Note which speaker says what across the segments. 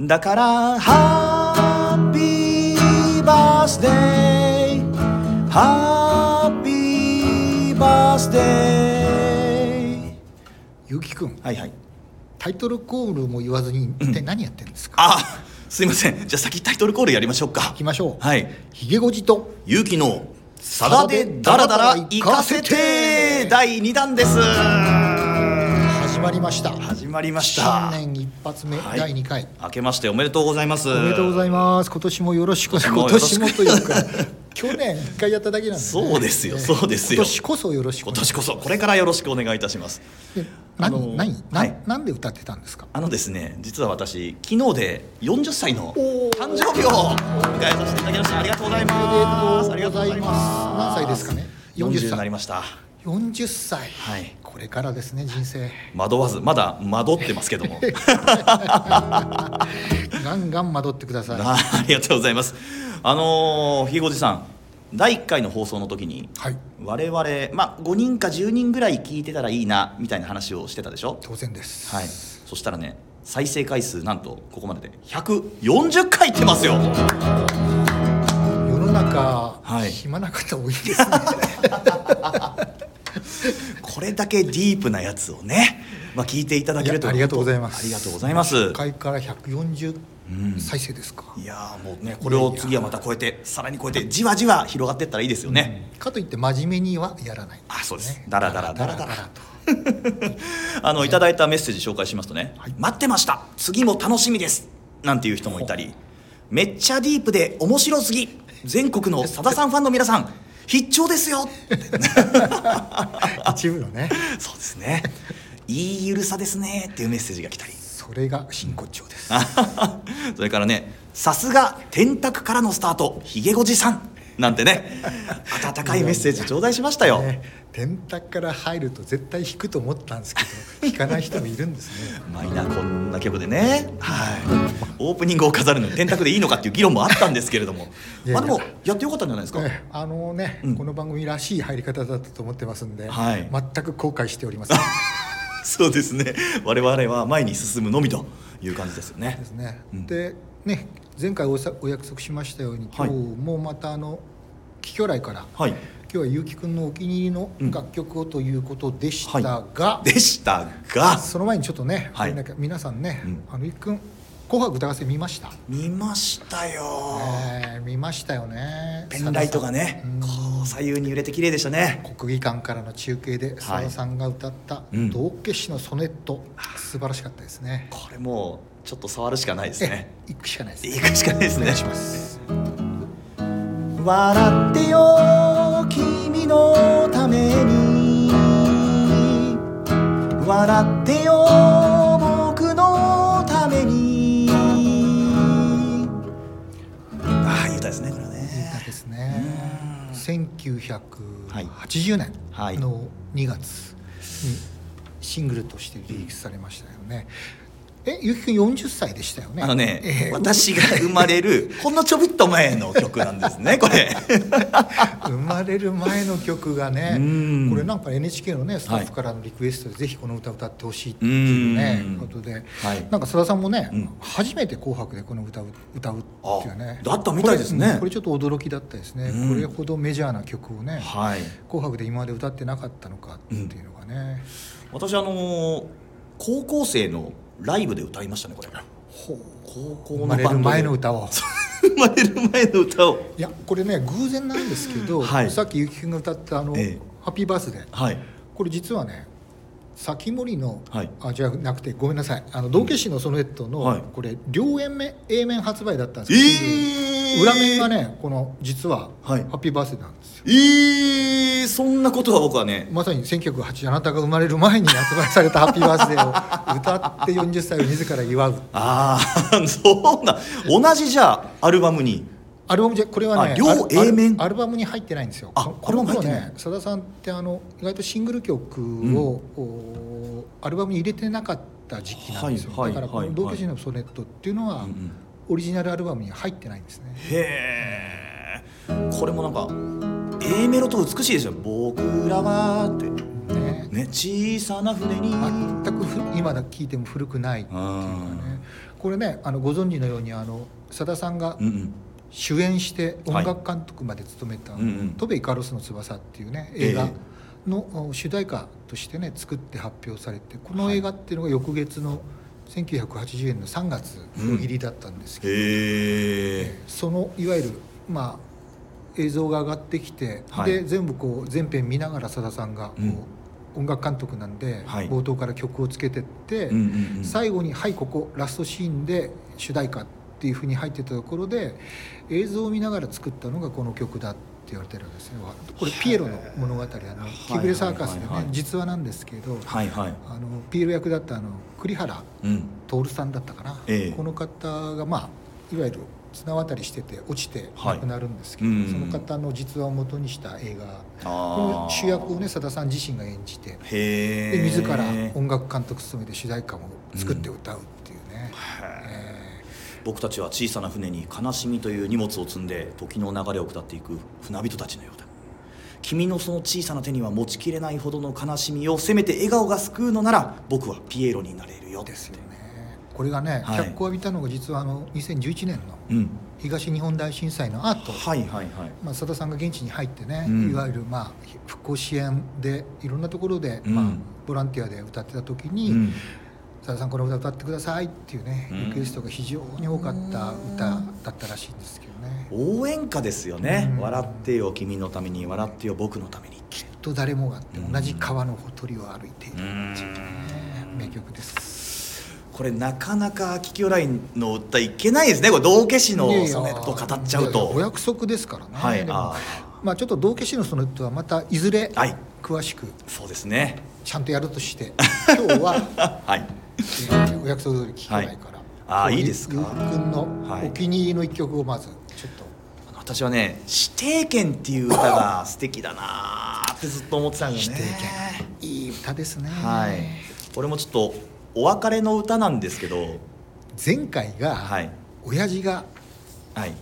Speaker 1: だからハッピーバースデーハッピーバースデー
Speaker 2: ゆきくん
Speaker 1: はいはい
Speaker 2: タイトルコールも言わずに一体何やってるんですか、
Speaker 1: あすいませんじゃあ先タイトルコールやりましょうか
Speaker 2: 行きましょう
Speaker 1: はい
Speaker 2: ひげごじと
Speaker 1: 勇気のさだでダラダラ行かせて第2弾です
Speaker 2: 始まりました
Speaker 1: 始まりました
Speaker 2: 新年一発目、
Speaker 1: はい
Speaker 2: 第2回
Speaker 1: 明けましておめでとうございます
Speaker 2: おめでとうございます今年もよろしく
Speaker 1: も
Speaker 2: 今
Speaker 1: よろ
Speaker 2: 年
Speaker 1: しく
Speaker 2: もというか 去年一回やっただけなんで、ね、
Speaker 1: そうですよそうですよ
Speaker 2: 今年こそよろしく
Speaker 1: 今年こそこれからよろしくお願いいたします
Speaker 2: で
Speaker 1: あの
Speaker 2: 何、
Speaker 1: ー
Speaker 2: 何な
Speaker 1: はい
Speaker 2: なんで歌ってたんですか
Speaker 1: あのですね実は私昨日で40歳の
Speaker 2: おー
Speaker 1: 誕生日を迎えさせていただきましたありがとうございます
Speaker 2: おめでとうございます何歳ですかね40
Speaker 1: 40
Speaker 2: 歳
Speaker 1: になりました
Speaker 2: 40歳、
Speaker 1: はい
Speaker 2: これからですね人生
Speaker 1: 惑わずまだ惑ってますけ ども
Speaker 2: ガンガン惑ってください
Speaker 1: あありがとうございますあのーひごじさん第1回の放送の時に
Speaker 2: はい
Speaker 1: 我々、まあ、5人か10人ぐらい聞いてたらいいなみたいな話をしてたでしょ、
Speaker 2: 当然です、
Speaker 1: はい、そしたらね再生回数なんとここまでで140回いってますよ
Speaker 2: 世の中、
Speaker 1: はい
Speaker 2: 暇な方多いですね
Speaker 1: これだけディープなやつをね、まあ、聞いていただけると
Speaker 2: いやありがとうございます
Speaker 1: ありがとうございます
Speaker 2: 1回から140
Speaker 1: ん
Speaker 2: 再生ですか、
Speaker 1: いやーもうねこれを次はまた超えてさらに超えてじわじわ広がっていったらいいですよね、
Speaker 2: かといって真面目にはやらない、
Speaker 1: あそうですだらだらだらだら
Speaker 2: と
Speaker 1: あのいただいたメッセージ紹介しますとね、
Speaker 2: はい
Speaker 1: 待ってました次も楽しみですなんていう人もいたりめっちゃディープで面白すぎ全国のさださんファンの皆さん必聴です よ
Speaker 2: 一部のね
Speaker 1: そうです ねいいゆるさですねっていうメッセージが来たり
Speaker 2: それが真骨頂で す、
Speaker 1: それからね、さすが天卓からのスタート、ひげごじさんなんてね、温かいメッセージ頂戴しましたよ。
Speaker 2: ね、電卓から入ると絶対弾くと思ったんですけど弾かない人もいるんです ね
Speaker 1: マイナーこんな曲でね、はい、オープニングを飾るのに天卓でいいのかっていう議論もあったんですけれども、
Speaker 2: いやいや
Speaker 1: まあでもやってよかったんじゃないですか。
Speaker 2: ええあのね、
Speaker 1: うん
Speaker 2: この番組らしい入り方だったと思ってますんで、
Speaker 1: はい
Speaker 2: 全く後悔しており ません
Speaker 1: そうですね。我々は前に進むのみという感じですよね
Speaker 2: で。すね、
Speaker 1: うん
Speaker 2: でね前回おさお約束しましたように
Speaker 1: は
Speaker 2: 今
Speaker 1: い
Speaker 2: 日もまたあの桔梗来から、
Speaker 1: はい。
Speaker 2: 今日は結城くんのお気に入りの楽曲をということでしたが、
Speaker 1: でしたが、
Speaker 2: その前にちょっとね、
Speaker 1: はい
Speaker 2: なんか皆さんね、
Speaker 1: うん
Speaker 2: あのゆきくん「紅白歌合戦」見ました、
Speaker 1: 見ましたよ。
Speaker 2: えー見ましたよね
Speaker 1: ペンライトがね
Speaker 2: さだ、さん
Speaker 1: こう左右に揺れて綺麗でしたね。
Speaker 2: うん国技館からの中継でさださんが歌った
Speaker 1: うん
Speaker 2: 「道化師のソネット」素晴らしかったですね
Speaker 1: これもうちょっと触るしかないですね
Speaker 2: え行くしかないです
Speaker 1: 行くしかないです
Speaker 2: お
Speaker 1: ね
Speaker 2: 願いします
Speaker 1: 笑ってよ君のために笑ってよ僕のためにああいい歌ですねこれはね
Speaker 2: いい歌ですね
Speaker 1: うん
Speaker 2: 1980年
Speaker 1: はい
Speaker 2: の2月にシングルとしてリリースされましたよねえゆきくん40歳でしたよね
Speaker 1: あのね、
Speaker 2: えー
Speaker 1: 私が生まれる ほんのちょびっと前の曲なんですねこれ
Speaker 2: 生まれる前の曲がね
Speaker 1: うん
Speaker 2: これなんか NHK のねスタッフからのリクエストでぜひこの歌歌ってほしいっていうね
Speaker 1: うん
Speaker 2: ことで、
Speaker 1: はい
Speaker 2: なんか須田さんもね、
Speaker 1: うん
Speaker 2: 初めて「紅白」でこの歌を歌うっていうね
Speaker 1: あだったみたいですね
Speaker 2: これ,うん、これちょっと驚きだったですね、
Speaker 1: うん
Speaker 2: これほどメジャーな曲をね「
Speaker 1: はい
Speaker 2: 紅白」で今まで歌ってなかったのかっていうのがね、
Speaker 1: 私あのー高校生のライブで歌いましたねこれ
Speaker 2: ほう
Speaker 1: 高校
Speaker 2: 生
Speaker 1: の
Speaker 2: ま
Speaker 1: バンド
Speaker 2: れる
Speaker 1: で
Speaker 2: 前の歌を。
Speaker 1: 生まれる前の歌を
Speaker 2: いやこれね偶然なんですけど、
Speaker 1: はい
Speaker 2: さっきゆきくんが歌ったあの、
Speaker 1: ええ
Speaker 2: ハッピーバースデー」
Speaker 1: はい
Speaker 2: これ実はね先森の、
Speaker 1: はい
Speaker 2: あじゃなくてごめんなさいあの道化師のソネットの、
Speaker 1: はい
Speaker 2: これ両円面 A 面発売だったんです
Speaker 1: えー
Speaker 2: 裏面がねこの実は、
Speaker 1: はい
Speaker 2: ハッピーバースデーなんですよ
Speaker 1: えー、そんなことは僕はね
Speaker 2: まさに1980あなたが生まれる前に発売されたハッピーバースデーを歌って40歳を自ら祝う
Speaker 1: ああ そうな同じじゃあアルバムに
Speaker 2: アルバムじゃこれはね
Speaker 1: あ両
Speaker 2: アル
Speaker 1: A 面
Speaker 2: アルアルバムに入ってないんですよ
Speaker 1: あ
Speaker 2: こ
Speaker 1: アルバム入ってない
Speaker 2: この頃ねさださんってあの意外とシングル曲を、おアルバムに入れてなかった時期なんですよ、
Speaker 1: はいはい
Speaker 2: だからこ
Speaker 1: はい
Speaker 2: の「同居人のソネット」っていうのは、
Speaker 1: うんうん
Speaker 2: オリジナルアルバムに入ってないんですね
Speaker 1: へえこれもなんか A メロとか美しいですよ「僕らは」って
Speaker 2: ね
Speaker 1: ね
Speaker 3: 小さな船に
Speaker 2: 全くふ今だ聞いても古くないっていうかねこれねあのご存知のようにあのさださんが
Speaker 1: うんうん
Speaker 2: 主演して音
Speaker 1: はい
Speaker 2: 楽監督まで務めた
Speaker 1: うんうん
Speaker 2: 「トベイカロスの翼」っていうね
Speaker 1: ええ
Speaker 2: 映画のお主題歌としてね作って発表されてこの映画っていうのが翌月の1980年の3月封切りだったんですけど、
Speaker 1: へえ
Speaker 2: そのいわゆるまあ映像が上がってきて、
Speaker 1: はい
Speaker 2: で全部こう全編見ながらさださんがこう、
Speaker 1: うん
Speaker 2: 音楽監督なんで、
Speaker 1: はい
Speaker 2: 冒頭から曲をつけてって、
Speaker 1: うんうんうん
Speaker 2: 最後に「はいここラストシーンで主題歌」っていうふうに入ってたところで映像を見ながら作ったのがこの曲だって言われてるんですよこれピエロの物語あのキグレサーカスでね、
Speaker 1: はいはいはい
Speaker 2: 実話なんですけど、
Speaker 1: はいはい
Speaker 2: あのピエロ役だったあの栗原
Speaker 1: うん
Speaker 2: 徹さんだったかな、
Speaker 1: ええ
Speaker 2: この方がまあいわゆる綱渡りしてて落ちて
Speaker 1: はい
Speaker 2: 亡くなるんですけど、
Speaker 1: うん
Speaker 2: その方の実話を元にした映画こ
Speaker 1: あ
Speaker 2: の
Speaker 1: あ
Speaker 2: 主役をねさださん自身が演じて
Speaker 1: へ
Speaker 2: で
Speaker 1: え
Speaker 2: 自ら音楽監督務めて主題歌も作って歌うっていうね、え
Speaker 1: 僕たちは小さな船に悲しみという荷物を積んで時の流れを下っていく船人たちのようだ君のその小さな手には持ちきれないほどの悲しみをせめて笑顔が救うのなら僕はピエロになれるよ
Speaker 2: ーですよねこれがね
Speaker 1: はい
Speaker 2: 脚光を浴びたのが実はあの2011年の
Speaker 1: うん
Speaker 2: 東日本大震災の後、
Speaker 1: はいはいはい
Speaker 2: まあ、佐田さんが現地に入ってね、
Speaker 1: うん
Speaker 2: いわゆる、まあ、復興支援でいろんなところで、
Speaker 1: うん
Speaker 2: まあ、ボランティアで歌ってた時に、
Speaker 1: うん
Speaker 2: さださんこの歌歌ってくださいっていうね、
Speaker 1: うん
Speaker 2: リクエストが非常に多かった歌だったらしいんですけどね
Speaker 1: 応援歌ですよね、
Speaker 2: うん
Speaker 1: 笑ってよ君のために笑ってよ僕のために
Speaker 2: きっと誰もがって同じ川のほとりを歩いている、
Speaker 1: う
Speaker 2: ね
Speaker 1: ん
Speaker 2: 名曲です
Speaker 1: これなかなかキキオラインの歌いけないですねこれ道化師の
Speaker 2: いやいや
Speaker 1: ソネット語っちゃう
Speaker 2: いやいやお
Speaker 1: と
Speaker 2: 約束ですからね、
Speaker 1: はい
Speaker 2: でも
Speaker 1: あ
Speaker 2: まあ、ちょっと道化師のその人はまたいずれ
Speaker 1: はい
Speaker 2: 詳しく
Speaker 1: そうですね
Speaker 2: ちゃんとやるとして、今日は
Speaker 1: はい
Speaker 2: お約束通り聞けないから、
Speaker 1: あーいいですか
Speaker 2: ゆうくん
Speaker 1: は
Speaker 2: の
Speaker 1: い
Speaker 2: お気に入りの一曲をまずちょっと、
Speaker 1: あの私はね「指定権」っていう歌が素敵だなーってずっと思ってたんだよね
Speaker 2: 指定い、い歌ですね、
Speaker 1: はいこれもちょっとお別れの歌なんですけど
Speaker 2: 前回が、
Speaker 1: はい
Speaker 2: 親父が
Speaker 1: はい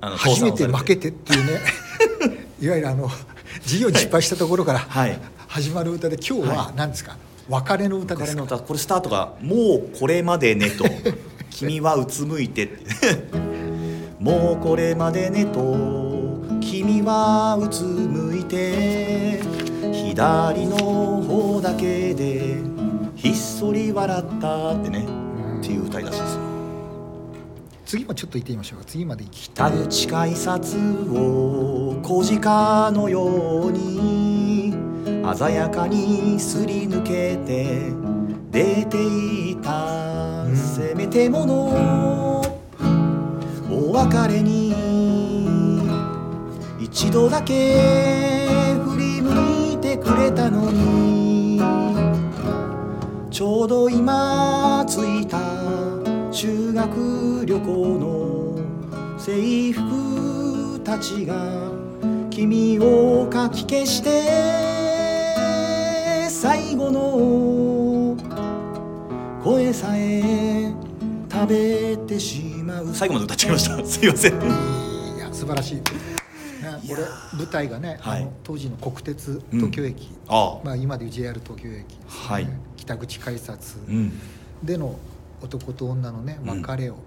Speaker 1: あの
Speaker 2: 初めて
Speaker 1: 倒産を
Speaker 2: 負
Speaker 1: され
Speaker 2: けてっていうね いわゆるあの事業に失敗したところから、
Speaker 1: はい
Speaker 2: 始まる歌で今日は
Speaker 1: はい
Speaker 2: 何ですか、別れの歌で
Speaker 1: 彼
Speaker 2: す
Speaker 1: の
Speaker 2: か
Speaker 1: 歌これスタートが「もうこれまでね」 と「君はうつむいて」 「もうこれまでね」と「君はうつむいて」「左の方だけでひっそり笑った」ってねっていう歌い出しですよ
Speaker 2: 次もちょっと言ってみましょうか次まで行き
Speaker 1: 北口改札を小鹿のように鮮やかにすり抜けて出ていたせめてものお別れに一度だけ振り向いてくれたのにちょうど今着いた修学旅行の制服たちが君をかき消して最後の声さえ食べてしまう最後まで歌っちゃいましたすいません
Speaker 2: いや素晴らしい、ね、これ舞台がね、
Speaker 1: はい
Speaker 2: あの当時の国鉄東京駅、
Speaker 1: あ
Speaker 2: まあ、今でいう JR 東京駅ですね、
Speaker 1: はい
Speaker 2: 北口改札
Speaker 1: うん
Speaker 2: での男と女のね
Speaker 1: うん
Speaker 2: 別れを、こ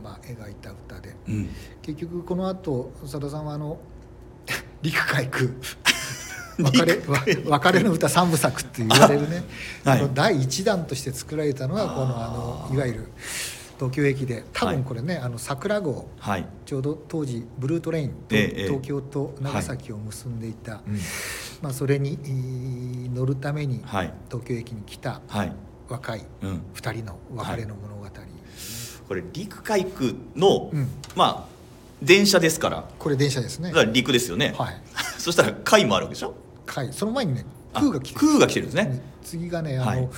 Speaker 2: うまあ、描いた歌で
Speaker 1: うん
Speaker 2: 結局この後さださんはあの 陸 海空別れわ別れの歌三部作って言われるね、
Speaker 1: はい
Speaker 2: あの第一弾として作られたのがこのあのいわゆる東京駅で多分これね、あの桜号
Speaker 1: はい
Speaker 2: ちょうど当時ブルートレインと、
Speaker 1: ええええ
Speaker 2: 東京と長崎を結んでいた、
Speaker 1: ん
Speaker 2: まあ、それにえー乗るために
Speaker 1: はい
Speaker 2: 東京駅に来た
Speaker 1: はい
Speaker 2: 若い
Speaker 1: うん
Speaker 2: 2人の別れの物語、
Speaker 1: これ陸海空の、
Speaker 2: うん
Speaker 1: まあ電車ですから
Speaker 2: これ電車ですね
Speaker 1: だから陸ですよね、
Speaker 2: はい、
Speaker 1: そしたら海もあるわけでしょ
Speaker 2: はい、その前にね
Speaker 1: あ
Speaker 2: 空が来て
Speaker 1: 空が来てるんですね
Speaker 2: 次がねあの、
Speaker 1: はい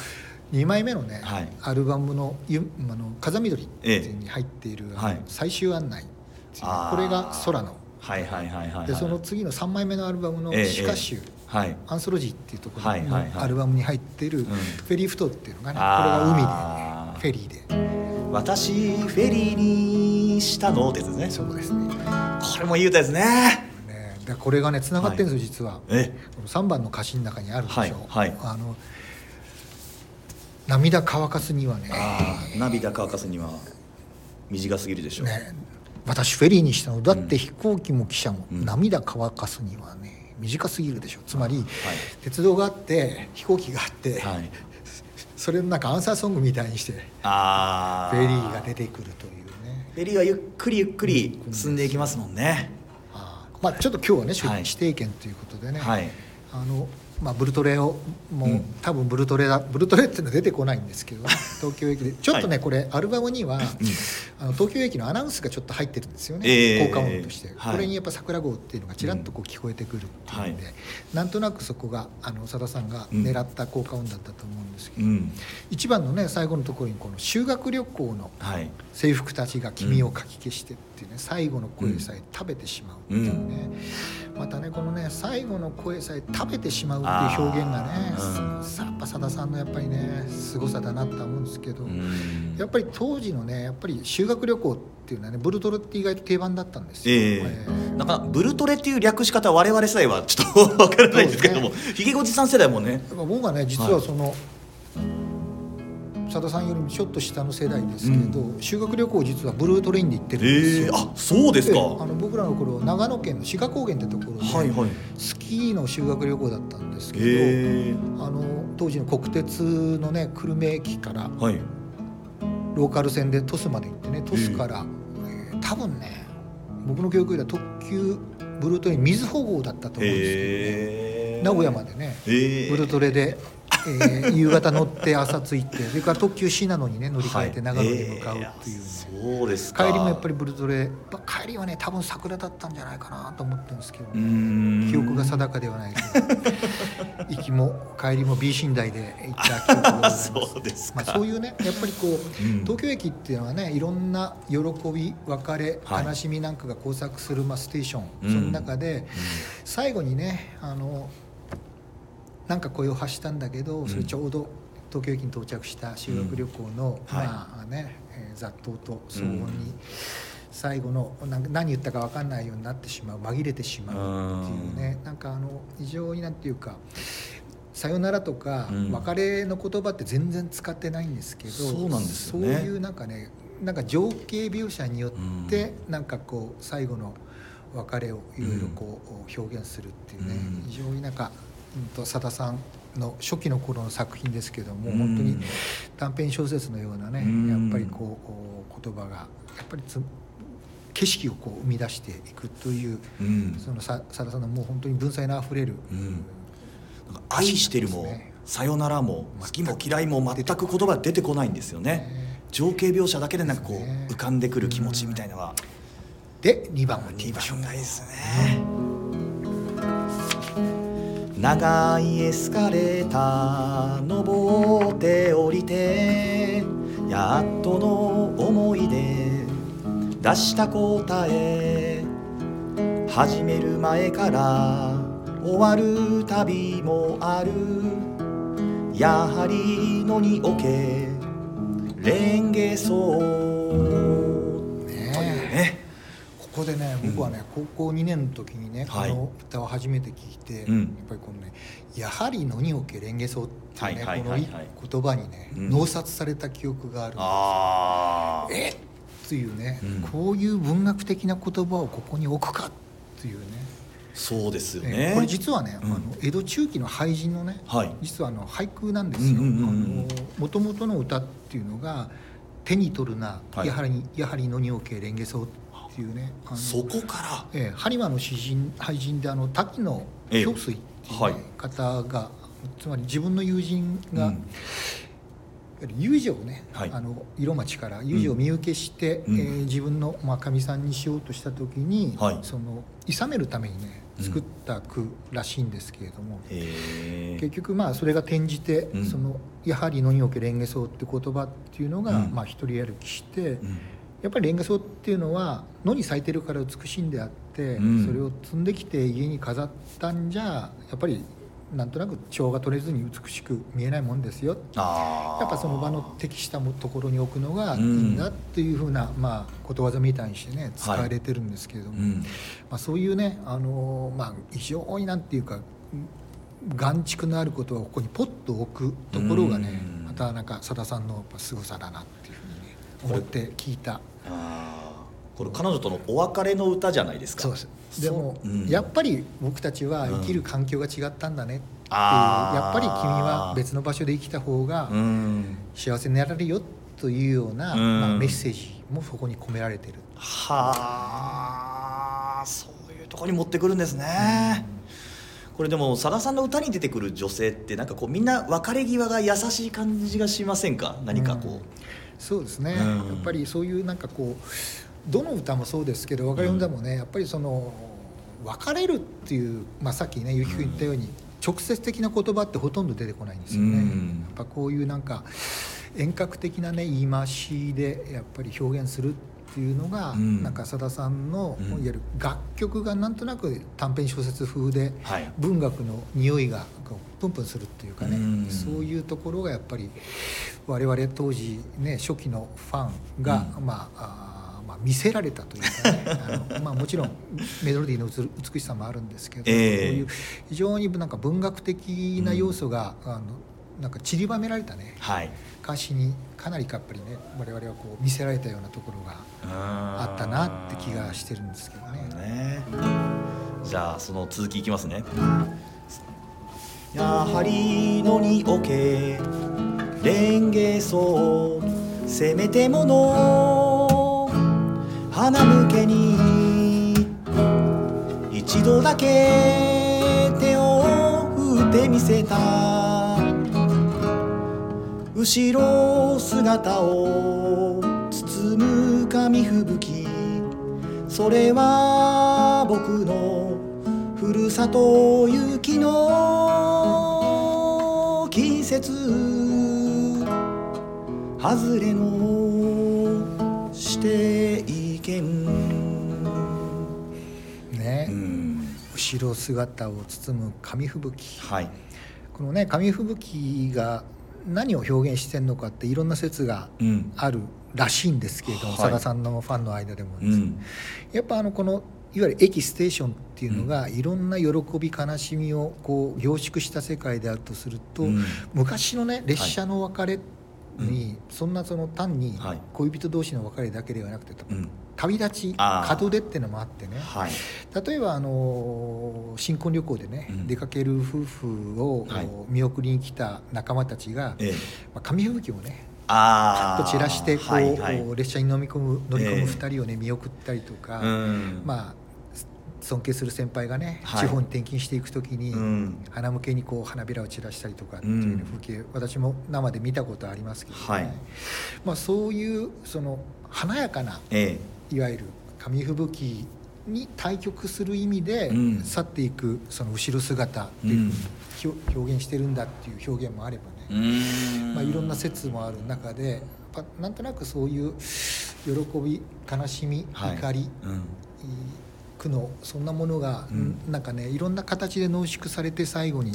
Speaker 2: 2枚目のね、
Speaker 1: はい
Speaker 2: アルバムの「ゆあの風見鳥」
Speaker 1: ええ
Speaker 2: に入っている、あの
Speaker 1: はい
Speaker 2: 最終案内っていう
Speaker 1: あー
Speaker 2: これが空の
Speaker 1: はいはいはいはいはい
Speaker 2: でその次の3枚目のアルバムの「
Speaker 1: ええ
Speaker 2: シカシュ」
Speaker 1: はい
Speaker 2: アンソロジーっていうところ
Speaker 1: はいはいはい
Speaker 2: のアルバムに入ってる「
Speaker 1: ん
Speaker 2: フェリーフト」っていうのがね、
Speaker 1: あー
Speaker 2: これが海でフェリーで
Speaker 1: 私フェリーにしたのってやつですね
Speaker 2: そうですね
Speaker 1: これもいい歌ですね
Speaker 2: ねだからこれがね繋がってるんですよ、実は
Speaker 1: え
Speaker 2: この3番の歌詞の中にあるでしょ、
Speaker 1: はいはい
Speaker 2: あの涙乾かすにはね
Speaker 1: ああ涙乾かすには短すぎるでしょう、
Speaker 2: ね私フェリーにしたのだって飛行機も汽車も、涙乾かすにはね短すぎるでしょつまり、鉄道があって飛行機があって、
Speaker 1: はい
Speaker 2: それのなんかアンサーソングみたいにして
Speaker 1: ああ
Speaker 2: フェリーが出てくるというね
Speaker 1: フェリーはゆっくりゆっくり進んでいきますもんね
Speaker 2: あーまあちょっと今日はね出
Speaker 1: はい
Speaker 2: 指定券ということでね、
Speaker 1: はい
Speaker 2: あのまあ、ブルトレをもう、
Speaker 1: うん
Speaker 2: 多分ブルトレだブルトレっていうのは出てこないんです けど東京駅でちょっとね、
Speaker 1: は
Speaker 2: これアルバムには、あの東京駅のアナウンスがちょっと入ってるんですよね、
Speaker 1: ええ
Speaker 2: 効果音として、
Speaker 1: はい
Speaker 2: これにやっぱ桜号っていうのがちらっとこう聞こえてくるっていうんで、
Speaker 1: は
Speaker 2: なんとなくそこがあの佐田さんが狙った効果音だったと思うんですけ
Speaker 1: う
Speaker 2: ど、
Speaker 1: ん
Speaker 2: 一番のね最後のところにこの修学旅行の
Speaker 1: はい
Speaker 2: 制服たちが君をかき消してっていうね、最後の声さえ食べてしまうっていうね、またねこのね最後の声さえ食べてしまうっていう表現が
Speaker 1: あーうん
Speaker 2: ねさやっぱさださんのやっぱりね凄さだなとは思うんですけど、
Speaker 1: うん
Speaker 2: やっぱり当時のねやっぱり修学旅行っていうのはねブルトルって意外と定番だったんですよ。
Speaker 1: ええ
Speaker 2: え
Speaker 1: なんかブルトレっていう略し方我々世代はちょっとわからないんですけども、ひげごじさん世代もね
Speaker 2: だから僕はね実はその、さださんよりもちょっと下の世代ですけど、修学旅行実はブルートレインで行ってるんですよ。
Speaker 1: ええあそうですか、
Speaker 2: ええあの僕らの頃長野県の志賀高原ってところで、
Speaker 1: はいはい
Speaker 2: スキーの修学旅行だったんですけど、
Speaker 1: ええ
Speaker 2: あの当時の国鉄のね久留米駅から
Speaker 1: はい
Speaker 2: ローカル線で鳥栖まで行ってね鳥栖から、えー多分ね僕の記憶では特急ブルートレイン水穂号だったと思うんです
Speaker 1: え
Speaker 2: け
Speaker 1: え
Speaker 2: ど、名古屋までね、
Speaker 1: ええ
Speaker 2: ブルトレで、えー夕方乗って朝着いてそれから特急信濃にね乗り換えて長野に向かうっていうね、
Speaker 1: はいええそうです
Speaker 2: 帰
Speaker 1: か
Speaker 2: りもやっぱりブルトレまあ帰りはね多分桜だったんじゃないかなと思ってるんですけど、
Speaker 1: うーん
Speaker 2: 記憶が定かではないけど行きも帰りも B 寝台で行った記憶がございます
Speaker 1: そうですか
Speaker 2: まあ、そういうねやっぱりこう、
Speaker 1: ん
Speaker 2: 東京駅っていうのはねいろんな喜び別れ
Speaker 1: はい
Speaker 2: 悲しみなんかが交錯する、まあ、ステーション、
Speaker 1: うん
Speaker 2: その中で、最後にねあのなんか声を発したんだけど、それちょうど東京駅に到着した修学旅行の、
Speaker 1: うんはい
Speaker 2: まあね、えー雑踏と騒音に、最後のなんか何言ったか分かんないようになってしまう紛れてしまうっていうねなんかあの非常になんていうか「さよなら」とか、
Speaker 1: うん
Speaker 2: 別れの言葉って全然使ってないんですけど
Speaker 1: そうなんですよね
Speaker 2: そういうなんかねなんか情景描写によって、なんかこう最後の別れをいろいろこう表現するっていうね、
Speaker 1: うん
Speaker 2: 非常になんか、うん、とさださんの初期の頃の作品ですけども、
Speaker 1: うん
Speaker 2: 本当に短編小説のようなね、
Speaker 1: うん
Speaker 2: やっぱりこうお言葉がやっぱりつ景色をこう生み出していくという、
Speaker 1: うん
Speaker 2: そのささださんのもう本当に文才のあふれる、
Speaker 1: うんなんか愛してる
Speaker 2: そう
Speaker 1: も
Speaker 2: ですね
Speaker 1: さよならも好きも嫌いも全く言葉が出てこないんですよね
Speaker 2: ね
Speaker 1: 情景描写だけでなんかこ
Speaker 2: ですね
Speaker 1: う浮かんでくる気持ちみたいなのは
Speaker 2: で2番を
Speaker 1: 2番がいいですね長いエスカレーター登って降りてやっとの思い出出した答え始める前から終わる旅もあるやはりのにおけレンゲソウ
Speaker 2: ね
Speaker 1: というね
Speaker 2: ここでね僕はね、高校2年の時にね、
Speaker 1: はい
Speaker 2: この歌を初めて聞いて、
Speaker 1: うん
Speaker 2: やっぱりこのね「やはりのにおけれんげそう」っていうね、
Speaker 1: はいはい
Speaker 2: こ
Speaker 1: は
Speaker 2: の
Speaker 1: い
Speaker 2: い
Speaker 1: はい
Speaker 2: 言葉にね、
Speaker 1: うん
Speaker 2: 納殺された記憶がある
Speaker 1: ああ
Speaker 2: えっというね、
Speaker 1: うん
Speaker 2: こういう文学的な言葉をここに置くかっていうね
Speaker 1: そうですよ
Speaker 2: え
Speaker 1: ね。
Speaker 2: これ実はね、
Speaker 1: うん
Speaker 2: あの江戸中期の俳人のね、
Speaker 1: はい
Speaker 2: 実はあの俳句なんですよ。
Speaker 1: うんうんうんうん
Speaker 2: もともとの歌っていうのが手に取るな、
Speaker 1: はい
Speaker 2: やはりやはりのにおけれんげそうっていうねあの
Speaker 1: そこか
Speaker 2: ええ、播磨の詩人俳人であの滝野氷水っていう
Speaker 1: はい
Speaker 2: 方が、つまり自分の友人
Speaker 1: ら、
Speaker 2: が、
Speaker 1: う
Speaker 2: いわ
Speaker 1: ん
Speaker 2: ゆる遊女をね、
Speaker 1: はい
Speaker 2: あの色町から遊女を身請けして、
Speaker 1: うん
Speaker 2: えー自分のまあかみさんにしようとした時に、
Speaker 1: はい
Speaker 2: その諌めるためにね
Speaker 1: うん
Speaker 2: 作った句らしいんですけれども、
Speaker 1: へ
Speaker 2: 結
Speaker 1: え
Speaker 2: 局まあそれが転じて、
Speaker 1: うん
Speaker 2: そのやはり「のにおけれんげそう」って言葉っていうのが、
Speaker 1: うん
Speaker 2: まあ一人歩きして。
Speaker 1: うん
Speaker 2: やっぱりレンガ草っていうのは野に咲いてるから美しいんであって、
Speaker 1: うん
Speaker 2: それを摘んできて家に飾ったんじゃやっぱりなんとなく調が取れずに美しく見えないもんですよ
Speaker 1: あー
Speaker 2: やっぱその場の適したところに置くのがいい
Speaker 1: うん
Speaker 2: んだっていうふうな、まあ、ことわざみたいにしてね使われてるんですけれど
Speaker 1: う
Speaker 2: も、
Speaker 1: ん
Speaker 2: まあ、そういうね、あのーまあ、非常になんていうか眼蓄のあることをここにポッと置くところがね
Speaker 1: うん
Speaker 2: またなんかさださんのやっぱ凄さだなっていうふうにね思って聞いた
Speaker 1: あーこれ彼女とのお別れの歌じゃないですか
Speaker 2: そうですでも、
Speaker 1: そううん
Speaker 2: やっぱり僕たちは生きる環境が違ったんだねっていう、
Speaker 1: あー
Speaker 2: やっぱり君は別の場所で生きた方が
Speaker 1: うん
Speaker 2: 幸せになられるよというような、
Speaker 1: うん
Speaker 2: まあ、メッセージもそこに込められてる。
Speaker 1: はあそういうところに持ってくるんですね、これでもさださんの歌に出てくる女性ってなんかこうみんな別れ際が優しい感じがしませんか何かこう、
Speaker 2: うんそうですね、
Speaker 1: うん
Speaker 2: やっぱりそういうなんかこうどの歌もそうですけど別れの歌もね、やっぱりその別れるっていう、まあ、さっきねゆきくん言ったように、直接的な言葉ってほとんど出てこないんですよね、
Speaker 1: うん
Speaker 2: やっぱこういうなんか遠隔的なね言い回しでやっぱり表現するっていうのが、
Speaker 1: うん
Speaker 2: なんかさださんの、
Speaker 1: うん
Speaker 2: いわゆる楽曲がなんとなく短編小説風で、
Speaker 1: はい
Speaker 2: 文学の匂いがこうプンプンするっていうかね、
Speaker 1: うん
Speaker 2: そういうところがやっぱり我々当時ね初期のファンが、まああーまあ見せられたというか、ね、あのまあ もちろんメロディーの美美しさもあるんですけど、
Speaker 1: ええ
Speaker 2: そういう非常になんか文学的な要素が、あのなんか散りばめられたね
Speaker 1: はい
Speaker 2: 歌詞にかなりやっぱりね我々はこう見せられたようなところがあ
Speaker 1: あ
Speaker 2: ったなって気がしてるんですけどね。
Speaker 1: ねじゃあその続きいきますねやはりのにおけレンゲソウせめてもの花向けに一度だけ手を振ってみせた後ろ姿を包む紙吹雪それは僕のふるさと雪の季節外れのしていけん、
Speaker 2: ね
Speaker 1: うん、
Speaker 2: 後ろ姿を包む紙吹雪
Speaker 1: はい
Speaker 2: このね紙吹雪が何を表現してるのかっていろんな説が
Speaker 1: うん
Speaker 2: あるらしいんですけれども、
Speaker 1: はい
Speaker 2: さださんのファンの間でも
Speaker 1: う
Speaker 2: ですね、
Speaker 1: ん
Speaker 2: やっぱあのこのいわゆる駅ステーションっていうのが、いろんな喜び悲しみをこう凝縮した世界であるとすると、
Speaker 1: うん
Speaker 2: 昔のね列車の別れに、
Speaker 1: は
Speaker 2: そんなその単に
Speaker 1: はい
Speaker 2: 恋人同士の別れだけではなくて、
Speaker 1: うん
Speaker 2: 旅立ち
Speaker 1: あー
Speaker 2: 門出っていうのもあってね
Speaker 1: はい
Speaker 2: 例えばあの新婚旅行でね、
Speaker 1: うん
Speaker 2: 出かける夫婦を
Speaker 1: はい
Speaker 2: 見送りに来た仲間たちが、
Speaker 1: ええ
Speaker 2: まあ、紙吹雪をね
Speaker 1: あ
Speaker 2: と
Speaker 1: ー
Speaker 2: 散らしてこう、
Speaker 1: はいはい
Speaker 2: こう列車に飲み込む乗り込
Speaker 1: ええ
Speaker 2: む2人をね見送ったりとか、
Speaker 1: うん
Speaker 2: まあ尊敬する先輩がね、
Speaker 1: はい
Speaker 2: 地方に転勤していく時に、
Speaker 1: うん
Speaker 2: 花向けにこう花びらを散らしたりとかっていうような風景、私も生で見たことありますけど、ね
Speaker 1: はい
Speaker 2: まあ、そういうその華やかな
Speaker 1: え
Speaker 2: いわゆる紙吹雪に対局する意味で、
Speaker 1: うん
Speaker 2: 去っていくその後ろ姿って
Speaker 1: えう
Speaker 2: いうんひょ、表現してるんだっていう表現もあればね、まあ、いろんな説もある中でやっぱなんとなくそういう喜び悲しみ
Speaker 1: はい
Speaker 2: 怒り、
Speaker 1: うん
Speaker 2: 苦悩そんなものが、
Speaker 1: うん
Speaker 2: なんかねいろんな形で濃縮されて最後に、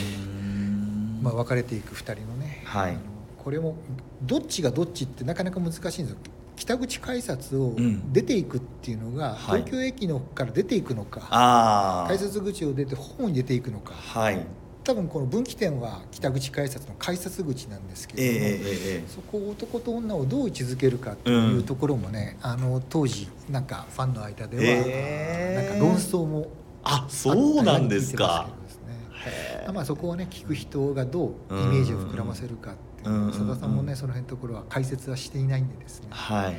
Speaker 1: うん
Speaker 2: まあ、別れていく2人のね、
Speaker 1: はい
Speaker 2: あのこれもどっちがどっちってなかなか難しいんですよ北口改札を
Speaker 1: うん
Speaker 2: 出ていくっていうのが、
Speaker 1: はい
Speaker 2: 東京駅のから出ていくのか
Speaker 1: ああ
Speaker 2: 改札口を出て本に出ていくのか
Speaker 1: はい
Speaker 2: 多分この分岐点は北口改札の改札口なんですけ
Speaker 1: ええ
Speaker 2: れども、
Speaker 1: えええ
Speaker 2: そこを男と女をどう位置づけるかっていうところもね、あの当時なんかファンの間では、
Speaker 1: えー
Speaker 2: なんか論争も
Speaker 1: えあそうなんですか
Speaker 2: あったりしてますけどですね
Speaker 1: へ
Speaker 2: まあ、そこはね聞く人がどうイメージを膨らませるかっていう
Speaker 1: うんうんうん
Speaker 2: 佐田さんもねその辺のところは解説はしていないんでですね、
Speaker 1: はい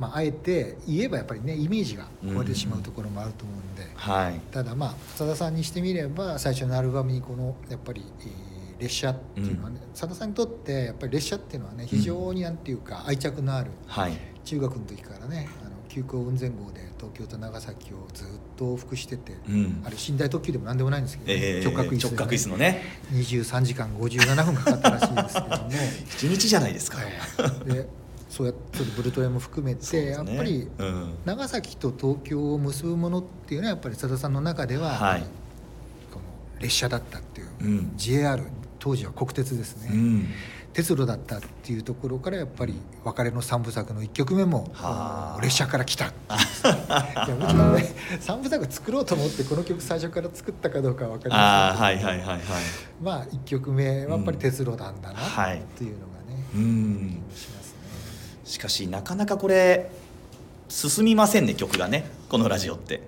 Speaker 2: まあ、あえて言えばやっぱりねイメージが超えてしまうところもあると思うんで、
Speaker 1: はい
Speaker 2: ただまあ佐田さんにしてみれば最初のアルバムにこのやっぱり、えー列車っていうのはね、佐田さんにとってやっぱり列車っていうのはね非常になんていうか愛着のある
Speaker 1: はい
Speaker 2: 中学の時からねあの急行雲仙号で東京と長崎をずっと往復してて、
Speaker 1: うん
Speaker 2: あれ寝台特急でも何でもないんですけどね、
Speaker 1: ええ
Speaker 2: 直角椅子
Speaker 1: 直角椅子
Speaker 2: の
Speaker 1: のね
Speaker 2: 23時間57分かかったらしいんです けども。
Speaker 1: 一日じゃないですか、
Speaker 2: はいでそうやってブルトレも含め
Speaker 1: そう
Speaker 2: て、
Speaker 1: です
Speaker 2: やっ
Speaker 1: ね
Speaker 2: ぱり
Speaker 1: うん
Speaker 2: 長崎と東京を結ぶものっていうのはやっぱりさださんの中では、
Speaker 1: はい
Speaker 2: この列車だったっていう、
Speaker 1: うん
Speaker 2: JR 当時は国鉄ですね、
Speaker 1: うん
Speaker 2: 鉄路だったっていうところからやっぱり別れの三部作の1曲目も
Speaker 1: はあ
Speaker 2: 列車から来たって いういやもちろんね三部作作ろうと思ってこの曲最初から作ったかどうかは分かり
Speaker 1: あ
Speaker 2: ま
Speaker 1: あ
Speaker 2: せんけど
Speaker 1: はいはいはいはい
Speaker 2: まあ1曲目はやっぱり鉄路なん
Speaker 1: う
Speaker 2: だな
Speaker 1: んはい
Speaker 2: っていうのがね、
Speaker 1: うん
Speaker 2: しますね
Speaker 1: しかしなかなかこれ進みませんね曲がねこのラジオって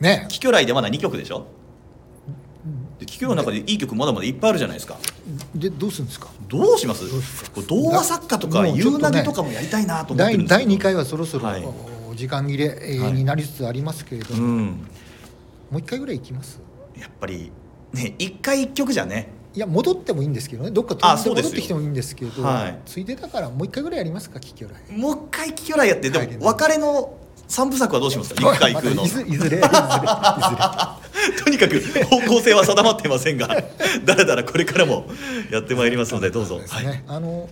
Speaker 2: ね
Speaker 1: 「キキョライ」でまだ2曲でしょでキキョライの中でいい曲まだまだいっぱいあるじゃないですか
Speaker 2: でどうするんですか
Speaker 1: どうします
Speaker 2: どうする
Speaker 1: これ童話作家とか
Speaker 2: もうちょっ
Speaker 1: 夕
Speaker 2: とね
Speaker 1: 投げとかもやりたいなと思ってるん
Speaker 2: 第
Speaker 1: ですけど
Speaker 2: 第2回はそろそろ、
Speaker 1: はい
Speaker 2: お時間切れえー
Speaker 1: はい
Speaker 2: になりつつありますけれど
Speaker 1: う
Speaker 2: も、
Speaker 1: ん
Speaker 2: もう1回ぐらい行きます
Speaker 1: やっぱりね一回一曲じゃね
Speaker 2: いや戻ってもいいんですけどねどっか
Speaker 1: あ
Speaker 2: 飛んで
Speaker 1: そうで
Speaker 2: 戻っ
Speaker 1: すよ
Speaker 2: てきてもいいんですけど
Speaker 1: はい
Speaker 2: ついでだからもう1回ぐらいやりますか聞きょらい
Speaker 1: もう一回キキョライやってで
Speaker 2: 帰り
Speaker 1: も
Speaker 2: の
Speaker 1: 別れの三部作はどうしますか一回行くの
Speaker 2: いずいずれいずれいずれ
Speaker 1: とにかく方向性は定まっていません がだらだらこれからもやってまいりますのでどうぞ、
Speaker 2: です
Speaker 1: はい、
Speaker 2: ね、あの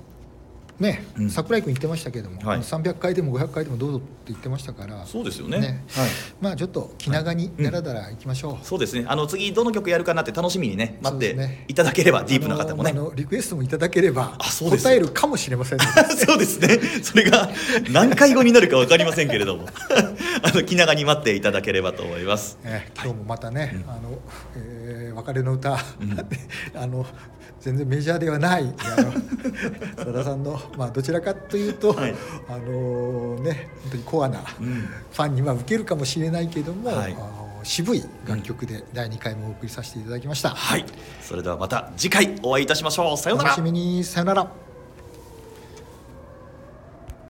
Speaker 2: ね
Speaker 1: うん
Speaker 2: 桜井君言ってましたけども、
Speaker 1: はい
Speaker 2: 300回でも500回でもどうぞって言ってましたから
Speaker 1: そうですよね
Speaker 2: ね
Speaker 1: はい、
Speaker 2: まあちょっと気長にだらだら行きましょう、
Speaker 1: そうですねあの次どの曲やるかなって楽しみにね待っ
Speaker 2: そうです
Speaker 1: て
Speaker 2: ね
Speaker 1: いただければ、ディープな方もね
Speaker 2: あのあのリクエストもいただければ
Speaker 1: あそうです
Speaker 2: 答えるかもしれませ んので
Speaker 1: そうですねそれが何回後になるか分かりませんけれども あの気長に待っていただければと思います
Speaker 2: えー今日もまたね、あの、えー別れの歌、 あの全然メジャーではないあの さださんのまあどちらかというと、
Speaker 1: はい
Speaker 2: あのね本当にコアな、
Speaker 1: ん
Speaker 2: ファンには受けるかもしれないけども、
Speaker 1: はい
Speaker 2: あの渋い楽曲で第2回もお送りさせていただきました、
Speaker 1: はいそれではまた次回お会いいたしましょうさような
Speaker 2: 楽
Speaker 1: ら
Speaker 2: しみにさよなら